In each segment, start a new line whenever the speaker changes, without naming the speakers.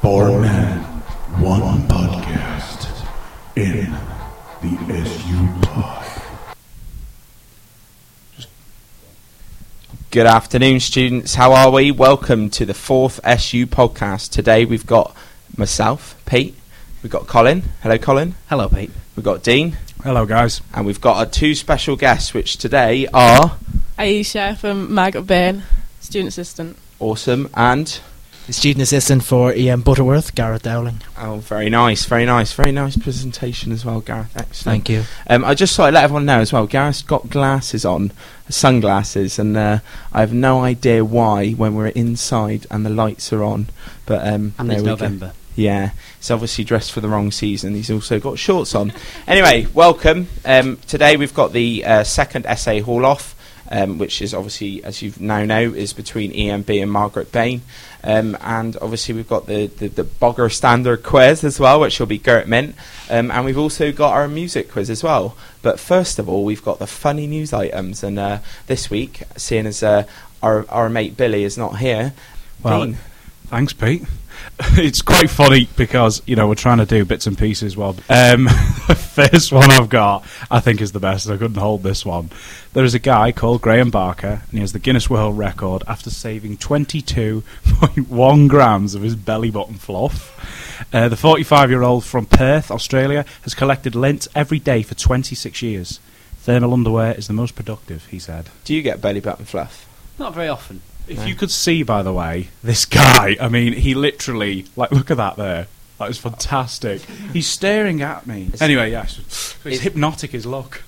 Four men, one podcast in the SU pod.
Good afternoon, students. How are we? Welcome to the fourth SU podcast. Today we've got myself, Pete. We've got Colin. Hello, Colin.
Hello, Pete.
We've got Dean.
Hello, guys.
And we've got our two special guests, which today are
Aisha from Margaret Byrne, student assistant.
awesome and.
The student assistant for
E
EM Butterworth, Gareth Dowling.
Oh, very nice, very nice, very nice presentation as well, Gareth. Excellent.
Thank you.
Um, I just thought I'd let everyone know as well. Gareth's got glasses on, sunglasses, and uh, I have no idea why when we're inside and the lights are on. But um,
And
there
it's
we go.
November.
Yeah, he's obviously dressed for the wrong season. He's also got shorts on. anyway, welcome. Um, today we've got the uh, second essay haul off, um, which is obviously, as you now know, is between EMB and Margaret Bain. Um, and obviously we've got the, the, the Bogger Standard quiz as well, which will be Gert Mint. Um, and we've also got our music quiz as well. But first of all, we've got the funny news items. And uh, this week, seeing as uh, our, our mate Billy is not here,
Well,
Dean.
Thanks, Pete. It's quite funny because you know we're trying to do bits and pieces. Well, um, the first one I've got, I think, is the best. I couldn't hold this one. There is a guy called Graham Barker, and he has the Guinness World Record after saving 22.1 grams of his belly button fluff. Uh, the 45-year-old from Perth, Australia, has collected lint every day for 26 years. Thermal underwear is the most productive, he said.
do you get belly button fluff?
Not very often.
If
No.
you could see, by the way, this guy, I mean, he literally, like, look at that there. That was fantastic. He's staring at me.
It's-
anyway, yes. It's,
It-
hypnotic, his look.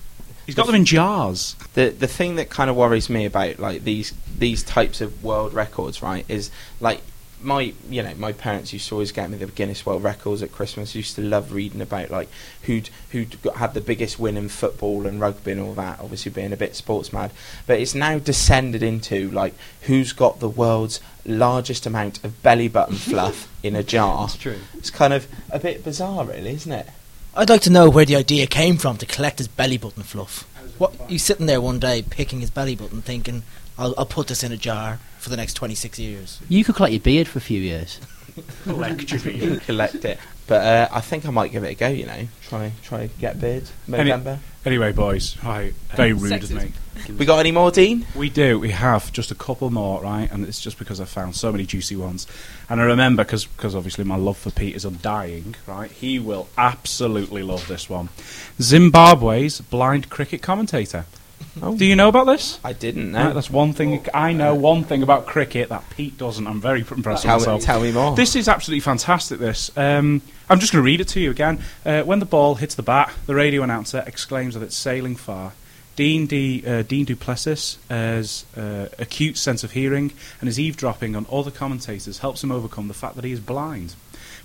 He's got them in jars.
the the thing that kind of worries me about like these these types of world records, right, is like my you know my parents used to always get me the Guinness World Records at Christmas. Used to love reading about like who'd who'd got, had the biggest win in football and rugby and all that. Obviously being a bit sports mad, but it's now descended into like who's got the world's largest amount of belly button fluff in a jar.
true.
It's kind of a bit bizarre, really, isn't it?
I'd like to know where the idea came from to collect his belly button fluff. What you sitting there one day picking his belly button, thinking, "I'll, I'll put this in a jar for the next twenty six years."
You could collect your beard for a few years.
Collect it. But uh, I think I might give it a go. You know, try try get beard
Any-
November.
Anyway, boys, right, very rude of
Sexist.
me.
We got any more, Dean?
We do. We have just a couple more, right? And it's just because I found so many juicy ones. And I remember, because obviously my love for Pete is undying, right? He will absolutely love this one. Zimbabwe's blind cricket commentator.
Oh.
Do you know about this?
I didn't
Right,
know.
that's one thing I know. One thing about cricket that Pete doesn't. I'm very impressed with
tell, me,
myself.
tell me more.
This is absolutely fantastic. This. Um, I'm just going to read it to you again. Uh, when the ball hits the bat, the radio announcer exclaims that it's sailing far. Dean, D, uh, Dean Duplessis has uh, acute sense of hearing, and his eavesdropping on other commentators helps him overcome the fact that he is blind,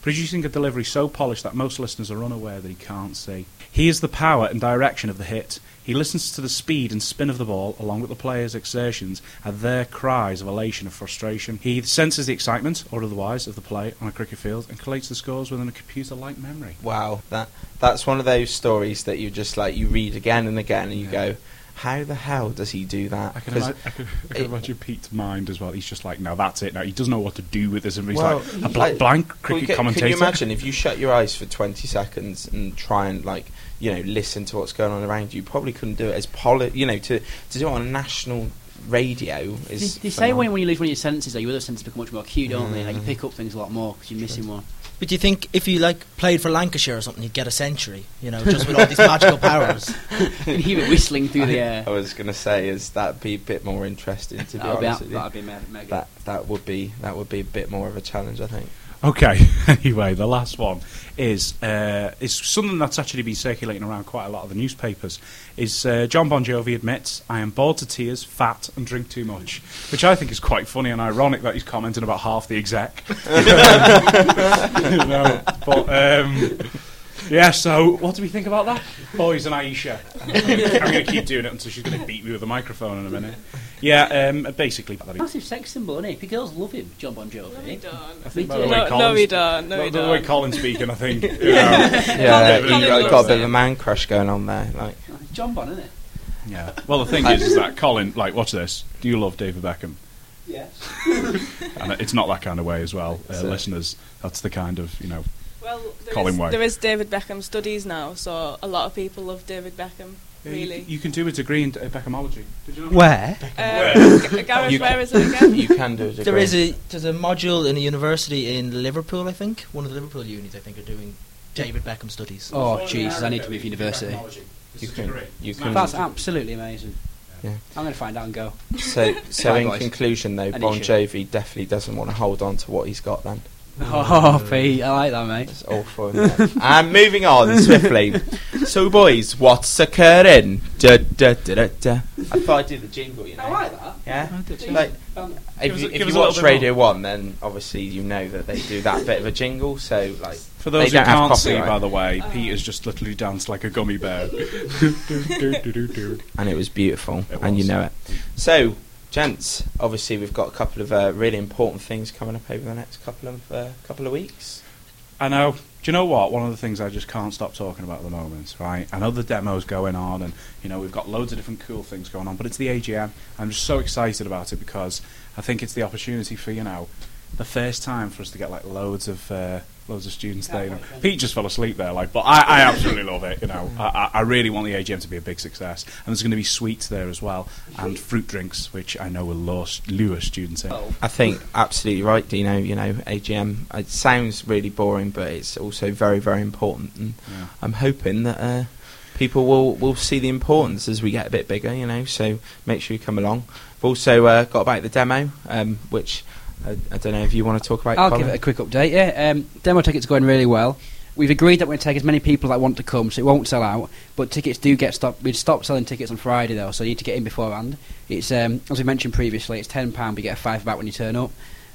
producing a delivery so polished that most listeners are unaware that he can't see. He is the power and direction of the hit. He listens to the speed and spin of the ball, along with the players' exertions and their cries of elation and frustration. He senses the excitement, or otherwise, of the play on a cricket field and collates the scores within a computer-like memory.
wow, that that's one of those stories that you just like you read again and again, and you go, "How the hell does he do that?"
I can,
'Cause-
ima- I can, I can
it-
imagine Pete's mind as well. He's just like, no, that's it. Now he doesn't know what to do with this. And he's
Well,
like a
he-
bla-
like,
blank
Could
cricket
you-
commentator.
Could you imagine if you shut your eyes for 20 seconds and try and like you know listen to what's going on around you? You Probably couldn't do it as poli- You know, to to do it on national radio
They,
is.
they say when,
phenomenal.
when you lose one of your sentences, like your other sentences become much more acute, don't they? Like you
Mm.
pick up things a lot more because you're missing one.
But do you think if you like played for Lancashire or something, you'd get a century? You know, just with all these magical powers.
You can hear it whistling through the air.
I was going to say is that be a bit more interesting to be
That'll be,
honest
that,
with you.
that'll be me- mega.
That that would be that would be a bit more of a challenge, I think.
Okay. anyway, the last one is uh, is something that's actually been circulating around quite a lot of the newspapers. Is uh, John Bon Jovi admits I am bored to tears, fat, and drink too much, which I think is quite funny and ironic that he's commenting about half the exec. You know, but um, yeah. So, what do we think about that, boys and Aisha? I'm going to keep doing it until she's going to beat me with the microphone in a minute. Yeah. Um, basically,
Massive sex symbol, isn't it? The girls love him, John Bon Jovi.
don't.
I think by
No,
the way
No,
Colin's-
we don't. No, we
by the way
don't.
Colin's speaking, I think. you know,
Yeah,
Colin
you
loves
got, got a bit
it.
of a man crush going on there. Like,
John Bon, isn't it?
Yeah. Well, the thing is, is that Colin, like, watch this. Do you love David Beckham?
Yes.
and it's not that kind of way as well, uh,
So-
listeners. That's the kind of you know.
Well, there
Colin
is-
White.
there is David Beckham studies now, so a lot of people love David Beckham. Really?
Uh, you, can do a degree in Beckhamology. Did you know?
Where?
Um, G- Gareth,
You
where
can-
is it again?
You can do a degree.
There is a there's a module in a university in Liverpool, I think. One of the Liverpool unis, I think, are doing David Beckham studies.
Oh, Jesus, I need to move university.
You can. You can.
That's absolutely amazing.
Yeah.
I'm going to find out and go.
So, so in
Likewise.
conclusion, though,
And he
Bon
should.
Jovi definitely doesn't want to hold on to what he's got. Then
Oh, Pete, I like that, mate.
it's awful. isn't it? and moving on swiftly. So, boys, what's occurring? Da, da, da, da, da. I thought I'd do the jingle, you know.
that.
Yeah.
Jeez.
Like,
Um,
if
us
you,
a-
if
give
you
us a little
watch
bit
Radio One, then obviously you know that they do that bit of a jingle. So, like,
For
They
those who
don't have
can't see,
copyright.
by the way, Pete has just literally danced like a gummy bear.
and it was beautiful,
It
and you
was.
know it. So, gents, obviously we've got a couple of uh, really important things coming up over the next couple of uh, couple of weeks.
I know. Do you know what? One of the things I just can't stop talking about at the moment, right? I know the demo's going on, and you know we've got loads of different cool things going on, but it's the AGM. I'm just so excited about it because I think it's the opportunity for you know the first time for us to get like loads of uh, loads of students there. You know. Pete just fell asleep there, like, but I, I absolutely love it. You know, I, I I really want the AGM to be a big success, and there's going to be sweets there as well, and fruit drinks, which I know will lure, lure students in.
oh,
I think absolutely right, Dino. You know, AGM. It sounds really boring, but it's also very, very important. And
Yeah.
I'm hoping that uh, people will will see the importance as we get a bit bigger. You know, so make sure you come along. I've also uh, got about the demo, um, which I, I don't know if you want to talk about.
I'll
Colin.
give it a quick update. Yeah, um, demo tickets are going really well. We've agreed that we're going to take as many people that want to come, so it won't sell out. But tickets do get stopped. We'd stopped selling tickets on Friday though, so you need to get in beforehand. It's um, as we mentioned previously, it's ten pound. but You get a five back when you turn up,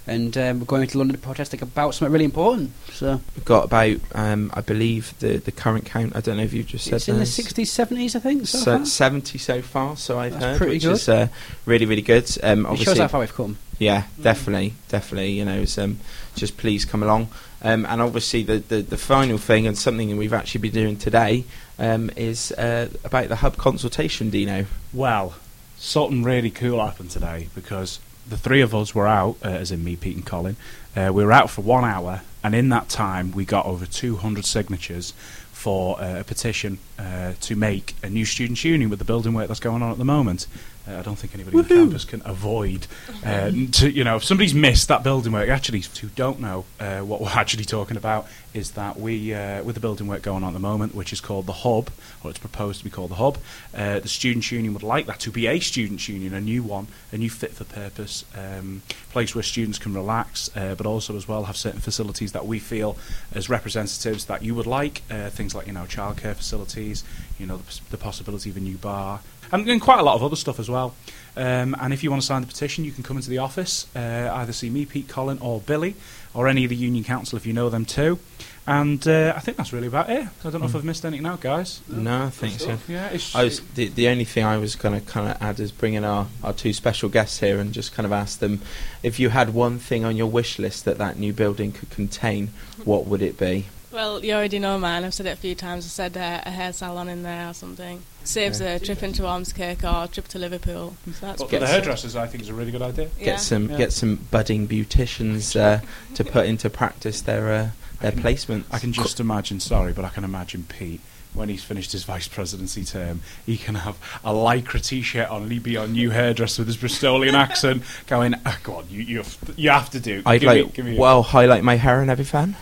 and um, we're going to London to protest about something really important. So
We've got about, um, I believe, the, the current count. I don't know if you've just said
it's in the
those.
sixties, seventies, I think. So,
So,
far.
70 so far, so I've
That's
heard,
pretty
which
good.
is uh, really, really good. Um,
it
obviously,
shows how far Mm. we've come.
yeah, definitely, definitely. You know, it's, um, just please come along. Um, and obviously, the, the, the final thing and something that we've actually been doing today um, is uh, about the hub consultation, Dino.
Oh,
Well, something really cool happened today because the three of us were out, uh, as in me, Pete, and Colin. Uh, we were out for one hour, and in that time, we got over 200 signatures for uh, a petition uh, to make a new students' union with the building work that's going on at the moment. Uh, I don't think anybody on campus can avoid, uh, n- to, you know, if somebody's missed that building work, actually, who don't know uh, what we're actually talking about, is that we, uh, with the building work going on at the moment, which is called the Hub, or it's proposed to be called the Hub, uh, the Students' Union would like that to be a Students' Union, a new one, a new fit for purpose um, place where students can relax, uh, but also as well have certain facilities that we feel as representatives that you would like, uh, things like, you know, childcare facilities, you know, the, pos- the possibility of a new bar, and, and quite a lot of other stuff as well. Um, and if you want to sign the petition, you can come into the office, uh, either see me, Pete, Colin, or Billy, or any of the union council if you know them too. And uh, I think that's really about it. I don't know if I've missed anything out, guys.
No, I think so.
Yeah, it's
I was the, the only thing I was going to kind of add is bringing our, our two special guests here and just kind of ask them if you had one thing on your wish list that that new building could contain, what would it be?
Well, you already know mine. I've said it a few times. I said uh, a hair salon in there or something. Saves a trip into Ormskirk or a trip to Liverpool. So that's
But for
good.
the hairdressers, I think is a really good idea.
Yeah.
get some
Yeah.
get some budding beauticians uh, to put into practice their uh, their
can-
placements.
I can just imagine. Sorry, but I can imagine Pete when he's finished his vice presidency term. He can have a lycra t-shirt on, and he'd be on new hairdresser with his Bristolian accent, going, oh, "Go on, you you have to, you have to do."
I'd
give me,
like
give me a-"
well highlight my hair and everything,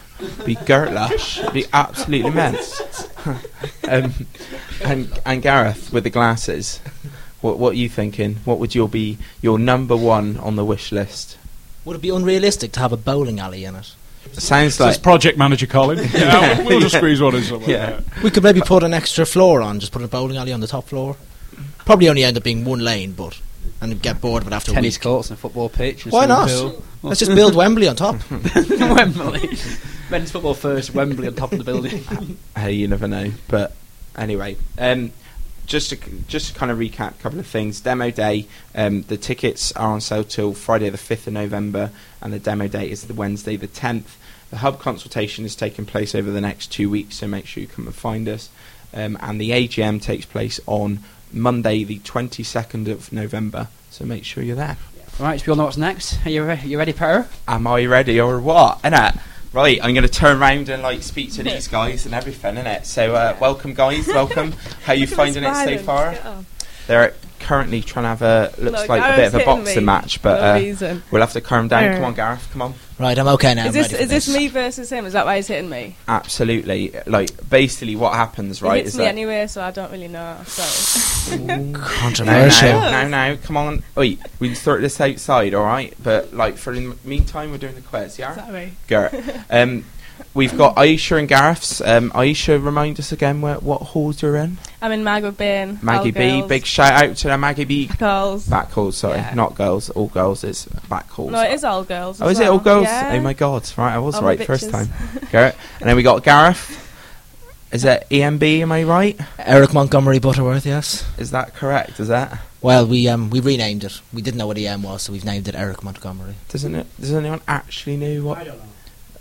be girt lash, be absolutely immense. um, and and Gareth with the glasses, what what are you thinking? What would your be your number one on the wish list?
Would it be unrealistic to have a bowling alley in it?
Sounds
So it's
like
project manager Colin. yeah, we'll, we'll just squeeze one in somewhere.
Yeah.
Yeah.
We could maybe put an extra floor on, just put a bowling alley on the top floor. Probably only end up being one lane, but and get bored of it after a
Tennis
week.
courts and a football pitch. And a
Why not?
swimming
Let's just build Wembley on top.
pool. Wembley. Men's football first, Wembley on top of the building.
hey, you never know. But anyway, um, just to, just to kind of recap a couple of things. Demo day, um, the tickets are on sale till Friday the fifth of November, and the demo day is the Wednesday the tenth. The hub consultation is taking place over the next two weeks, so make sure you come and find us. Um, and the AGM takes place on Monday the twenty second of November, so make sure you're there.
Right, so we all know what's next. Are you, re- you ready, Para?
Am I ready or what? Innit? Right, I'm going to turn round and like speak to these guys and everything, innit? So, uh, welcome, guys. Welcome. How you finding it so far? They're currently trying to have a looks
Look,
like a
Aaron's
bit of a
hitting
boxing
me
match,
for
but
no
uh,
reason.
we'll have to calm down.
Alright.
Come on, Gareth. Come on.
Right, I'm okay now. I'm
Is this
ready for
is this me versus him? Is that why he's hitting me?
Absolutely. Like, basically, what happens, right?
he hits
is
me
that
anyway, so I don't really know. So
No,
Controversial.
no, no, no, come on. Wait, we can sort this outside, all right? But, like, for the meantime, we're doing the quiz, yeah?
sorry.
Gareth. Um, we've got Aisha and Gareth's. Um, Aisha, remind us again where, what halls you're in.
I'm in Maggot Bain.
Maggie B,
Girls,
big shout out to the Maggie B.
Girls.
Back halls, sorry.
Yeah.
Not girls, all girls, it's back halls.
No, it is all girls.
Oh,
as
is it all
well.
girls?
Yeah.
Oh my god, right, I was
All my
right first
bitches.
time. Gareth. And then we got Gareth. Is that EMB, am I right?
Eric Montgomery Butterworth, yes.
Is that correct? Is that?
Well, we um we renamed it. We didn't know what EM was, so we've named it Eric Montgomery.
Doesn't it, does anyone actually know what?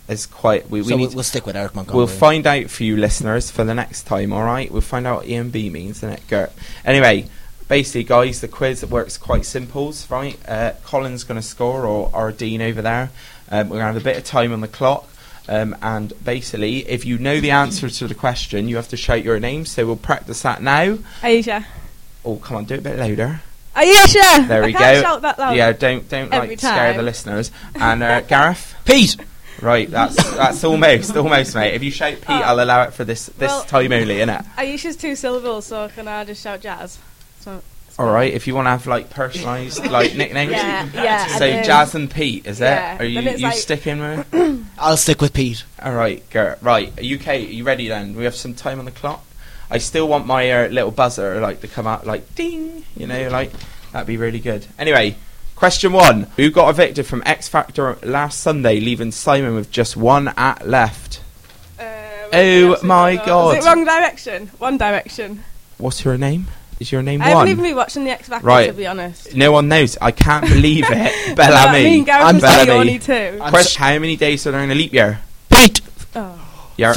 It's quite. We, we
so
need
we, we'll stick with Eric Montgomery.
We'll find out for you listeners for the next time, all right? We'll find out what EMB means the next go. Anyway, basically, guys, the quiz works quite simple, right? Uh, Colin's going to score, or, or Dean over there. Um, we're going to have a bit of time on the clock. Um, and basically, if you know the answer to the question, you have to shout your name. So we'll practice that now.
Aisha.
Oh, come on, do it a bit louder.
Aisha!
There
I
we
can't
go.
shout that loud.
yeah, don't don't
Every
like scare the
time.
listeners. And uh, Gareth.
Pete!
Right, that's that's almost almost, mate. If you shout Pete,
Oh.
I'll allow it for this this
Well-
time only, innit?
Aisha's two syllables, so can I just shout jazz? So,
All right, if you want to have like personalised like nicknames,
yeah, yeah. I
so
do.
Jazz and Pete, is
Yeah,
it? Are you
then it's
you
like-
sticking with?
I'll stick with Pete.
All right, Garrett. Right, UK, are you ready then? We have some time on the clock. I still want my uh, little buzzer like to come out like ding, you know, like that'd be really good. Anyway, question one: Who got evicted from X Factor last Sunday, leaving Simon with just one at left?
Uh,
Oh my
Is
God.
it wrong direction? One direction.
What's her name? Is your name
I
one?
haven't even been watching the X Factor
Right.
to be honest. Uh,
No one knows. I can't believe it.
Me and
Bellamy.
Gareth
I'm
was the
Bellamy.
only two.
I'm
Question, how many days are there in a leap year?
Pete!
Oh.
Yeah.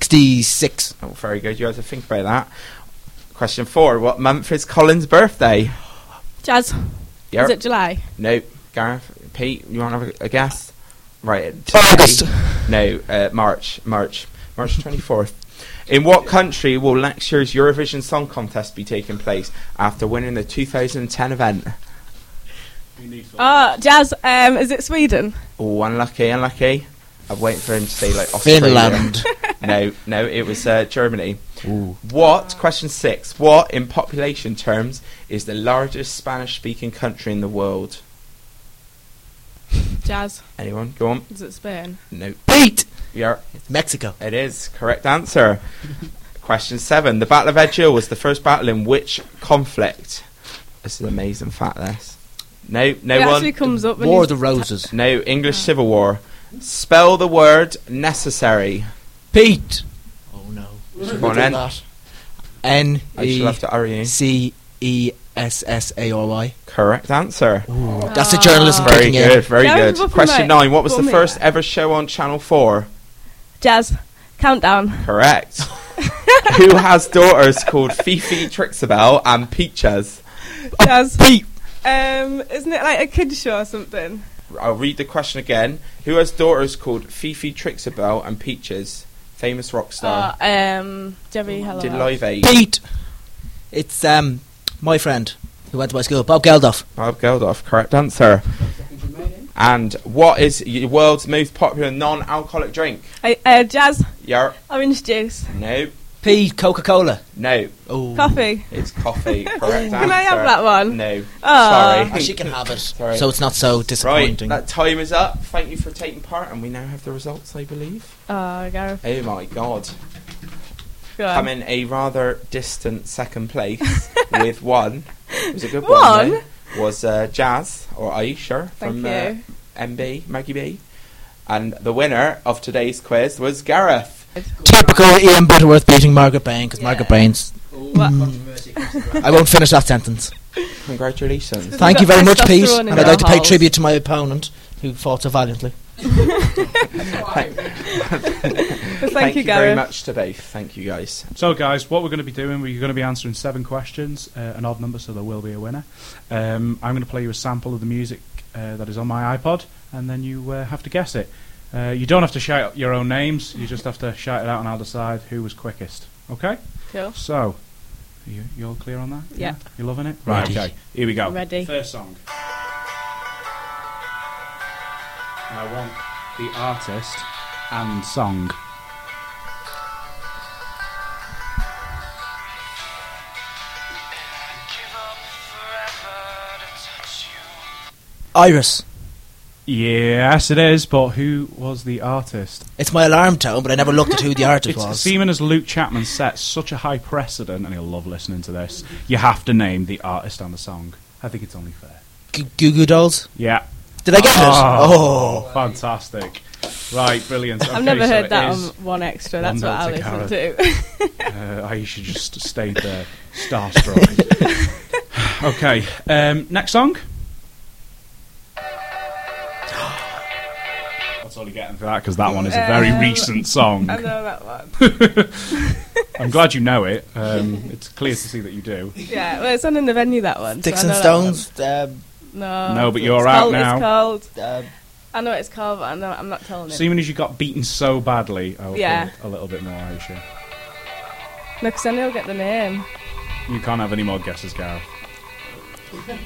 366.
Oh, very good. You have to think about that. Question four. What month is Colin's birthday?
Jazz.
Yeah.
Is it July?
no. Gareth, Pete, you want to have a, a guess? Right. today-
August!
No, uh, March. March. March 24th. In what country will next year's Eurovision Song Contest be taking place after winning the 2010 event?
Oh, Jazz. Um, is it Sweden?
Oh, unlucky, unlucky. I'm waiting for him to say like Australia.
Finland.
no, no, it was uh, Germany. What, question six, what in population terms is the largest Spanish speaking country in the world?
Jazz.
Anyone? Go on.
Is it Spain?
No.
Pete!
Yeah,
Mexico.
it is. Correct answer. question seven, the Battle of Edgehill was the first battle in which conflict? This is amazing fact, this. No, no
it
one.
actually comes up when
War
you
of the Roses.
no, English Civil War. Spell the word necessary.
Pete! Oh no.
Go on, then.
N
I shall
E
have to hurry you.
C E S S A R Y.
Correct answer.
Oh.
That's the journalism
Very
kicking in.
good, very
Yeah, I
good.
was looking
Question
like-
nine. What was the
Bummy.
first ever show on Channel 4?
Jazz. Countdown.
Correct. Who has daughters called Fifi Trixabel and Peaches?
Jazz.
Oh, Pete!
Um, isn't it like a kids show or something?
I'll read the question again. Who has daughters called Fifi Trixabel and Peaches? Famous rock star.
Oh, um, Jerry Hello.
Did Live Aid.
Pete! It's um my friend who went to my school, Bob Geldof.
Bob Geldof. Correct answer. And what is the world's most popular non-alcoholic drink?
I, uh, jazz.
Yeah.
Orange juice.
No.
Pete, Coca Cola.
No.
Oh.
Coffee.
It's coffee. Correct answer.
Can I have that one?
No.
Oh.
Sorry.
Ah, she can have it.
Sorry.
So it's not so
Right,
disappointing.
that time is up. Thank you for taking part, and we now have the results, I believe.
Oh, Gareth.
Oh my god.
Go on.
Come in a rather distant second place with one. It was a good
One?
one. though. Was uh, Jazz, or Aisha,
Thank
from
you.
Uh, MB, Maggie B. And the winner of today's quiz was Gareth.
Typical Ian Butterworth beating Margaret Bain, because
Yeah.
Margaret Bain's.
What?
I won't finish that sentence.
Congratulations.
Thank you
got
very much, Pete.
testosterone in
And I'd like to
your
pay
house.
tribute to my opponent, who fought so valiantly.
Thank,
Thank
you,
you very
Gareth.
much to both. Thank you guys.
So, guys, what we're going to be doing, we're going to be answering seven questions, uh, an odd number, so there will be a winner. Um, I'm going to play you a sample of the music uh, that is on my iPod, and then you uh, have to guess it. Uh, you don't have to shout out your own names, you just have to shout it out, and I'll decide who was quickest. Okay?
Cool.
So, are you, you all clear on that?
Yeah.
You loving it? Right,
Ready.
okay. Here we go.
Ready.
First song. And I want the artist and song.
Iris.
Yes, it is, but who was the artist?
It's my alarm tone, but I never looked at who the artist
It's
was.
seeming as Luke Chapman sets such a high precedent, and he'll love listening to this. You have to name the artist and the song. I think it's only fair.
G- Goo Goo Dolls.
Yeah.
Did I get
Oh,
it? Oh,
fantastic. Right, brilliant.
I've
Okay,
never
so
heard
it
that
is,
on One Extra.
One
That's what I
note to
listen to.
Uh, I should just stayed there, starstruck. okay, um, next song. That's all you're getting for that because that one is a very
Um,
recent song.
I know that one.
I'm glad you know it. Um, it's clear to see that you do.
Yeah, well, it's on in the venue that one.
Sticks
so I
and
know that one.
Stones. Um,
No.
No, but you're
Uh, It's
out
called-
now.
It's called. uh,
um,
I know what it's called, but I know, I'm not telling it.
Seeming as you got beaten so badly, I will
Yeah.
yeah. a little bit more, Aisha.
No, because then he'll get the name.
You can't have any more guesses, Gareth.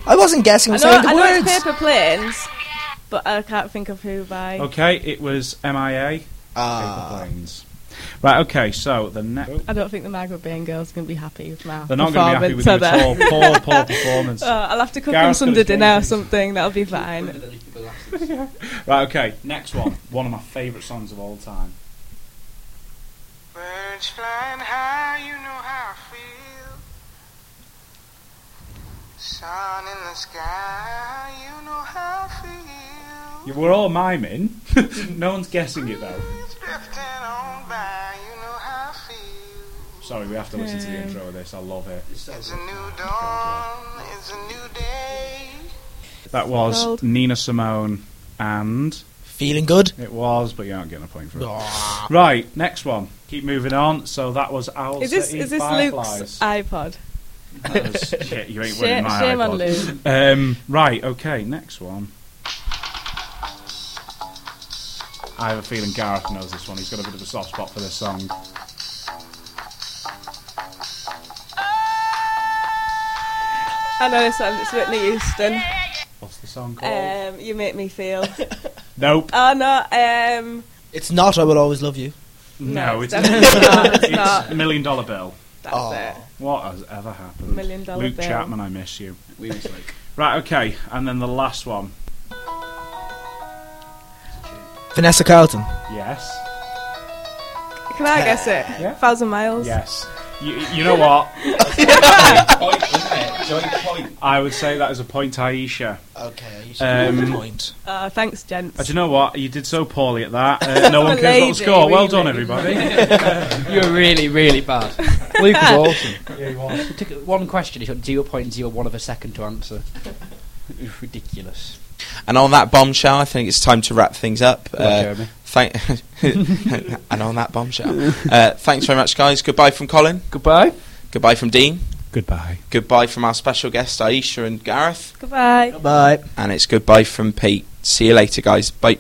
I wasn't guessing. I
I
was
know,
saying the
I know
words.
it's Paper Planes, but I can't think of who by.
Okay, it was MIA.
Ah.
Paper planes. Right. Okay. So the next.
I don't think the Margaret Bain girls are going to be happy with my
They're not going to be happy
performance,
with you
are
at all. Poor,
they?
poor performance.
Oh, I'll have to cook them
Gareth's
some
gonna
dinner or
change.
something. That'll be fine.
Right, okay, next one. one of my favourite songs of all time.
Birds flying high, you know how I feel. Sun in the sky, you know how I feel.
You were all miming. no one's guessing it though.
It's drifting on by, you know how I feel.
Sorry, we have to listen to the
Um.
intro of this. I love it.
It's a new dawn, it's a new day.
That was
Gold.
Nina Simone, and
Feeling good.
it was, but you aren't getting a point for it.
Ah.
Right, next one. Keep moving on. So that was Owl
Is this
City
is this
Fireflies.
Luke's iPod?
That was- shit, you ain't winning
Shame,
my
shame on
iPod.
Luke.
Um, right, okay, next one. I have a feeling Gareth knows this one. He's got a bit of a soft spot for this song.
I know this one. It's Whitney Houston.
What's the song called?
Um, you make me feel.
nope.
Oh no. Um,
It's not. I will always love you.
No,
it's
it's,
definitely not. It's
it's
not.
Million Dollar Bill.
That's
Oh.
it.
What has ever happened?
Million Dollar
Luke
Bill.
Chapman, I miss you.
We was like,
Right, okay, and then the last one.
Vanessa Carlton.
Yes.
Can I guess it?
Yeah.
Thousand miles.
Yes. You, you know what? I would say that is a point, Aisha.
Okay. You
Um,
point.
Uh, thanks, gents.
Uh, do you know what? You did so poorly at that. Uh, no one cares about the
Lady,
score. Well
really.
done, everybody.
You're really, really bad. Luke was awesome. It took one question. It took 0.01 of a second to answer. It was ridiculous.
And on that bombshell, I think it's time to wrap things up. Uh,
Good luck, Jeremy.
thank and on that bombshell, uh, thanks very much, guys. Goodbye from Colin.
Goodbye.
Goodbye from Dean.
Goodbye.
Goodbye from our special guests Aisha and Gareth.
Goodbye.
Bye.
And it's goodbye from Pete. See you later, guys. Bye.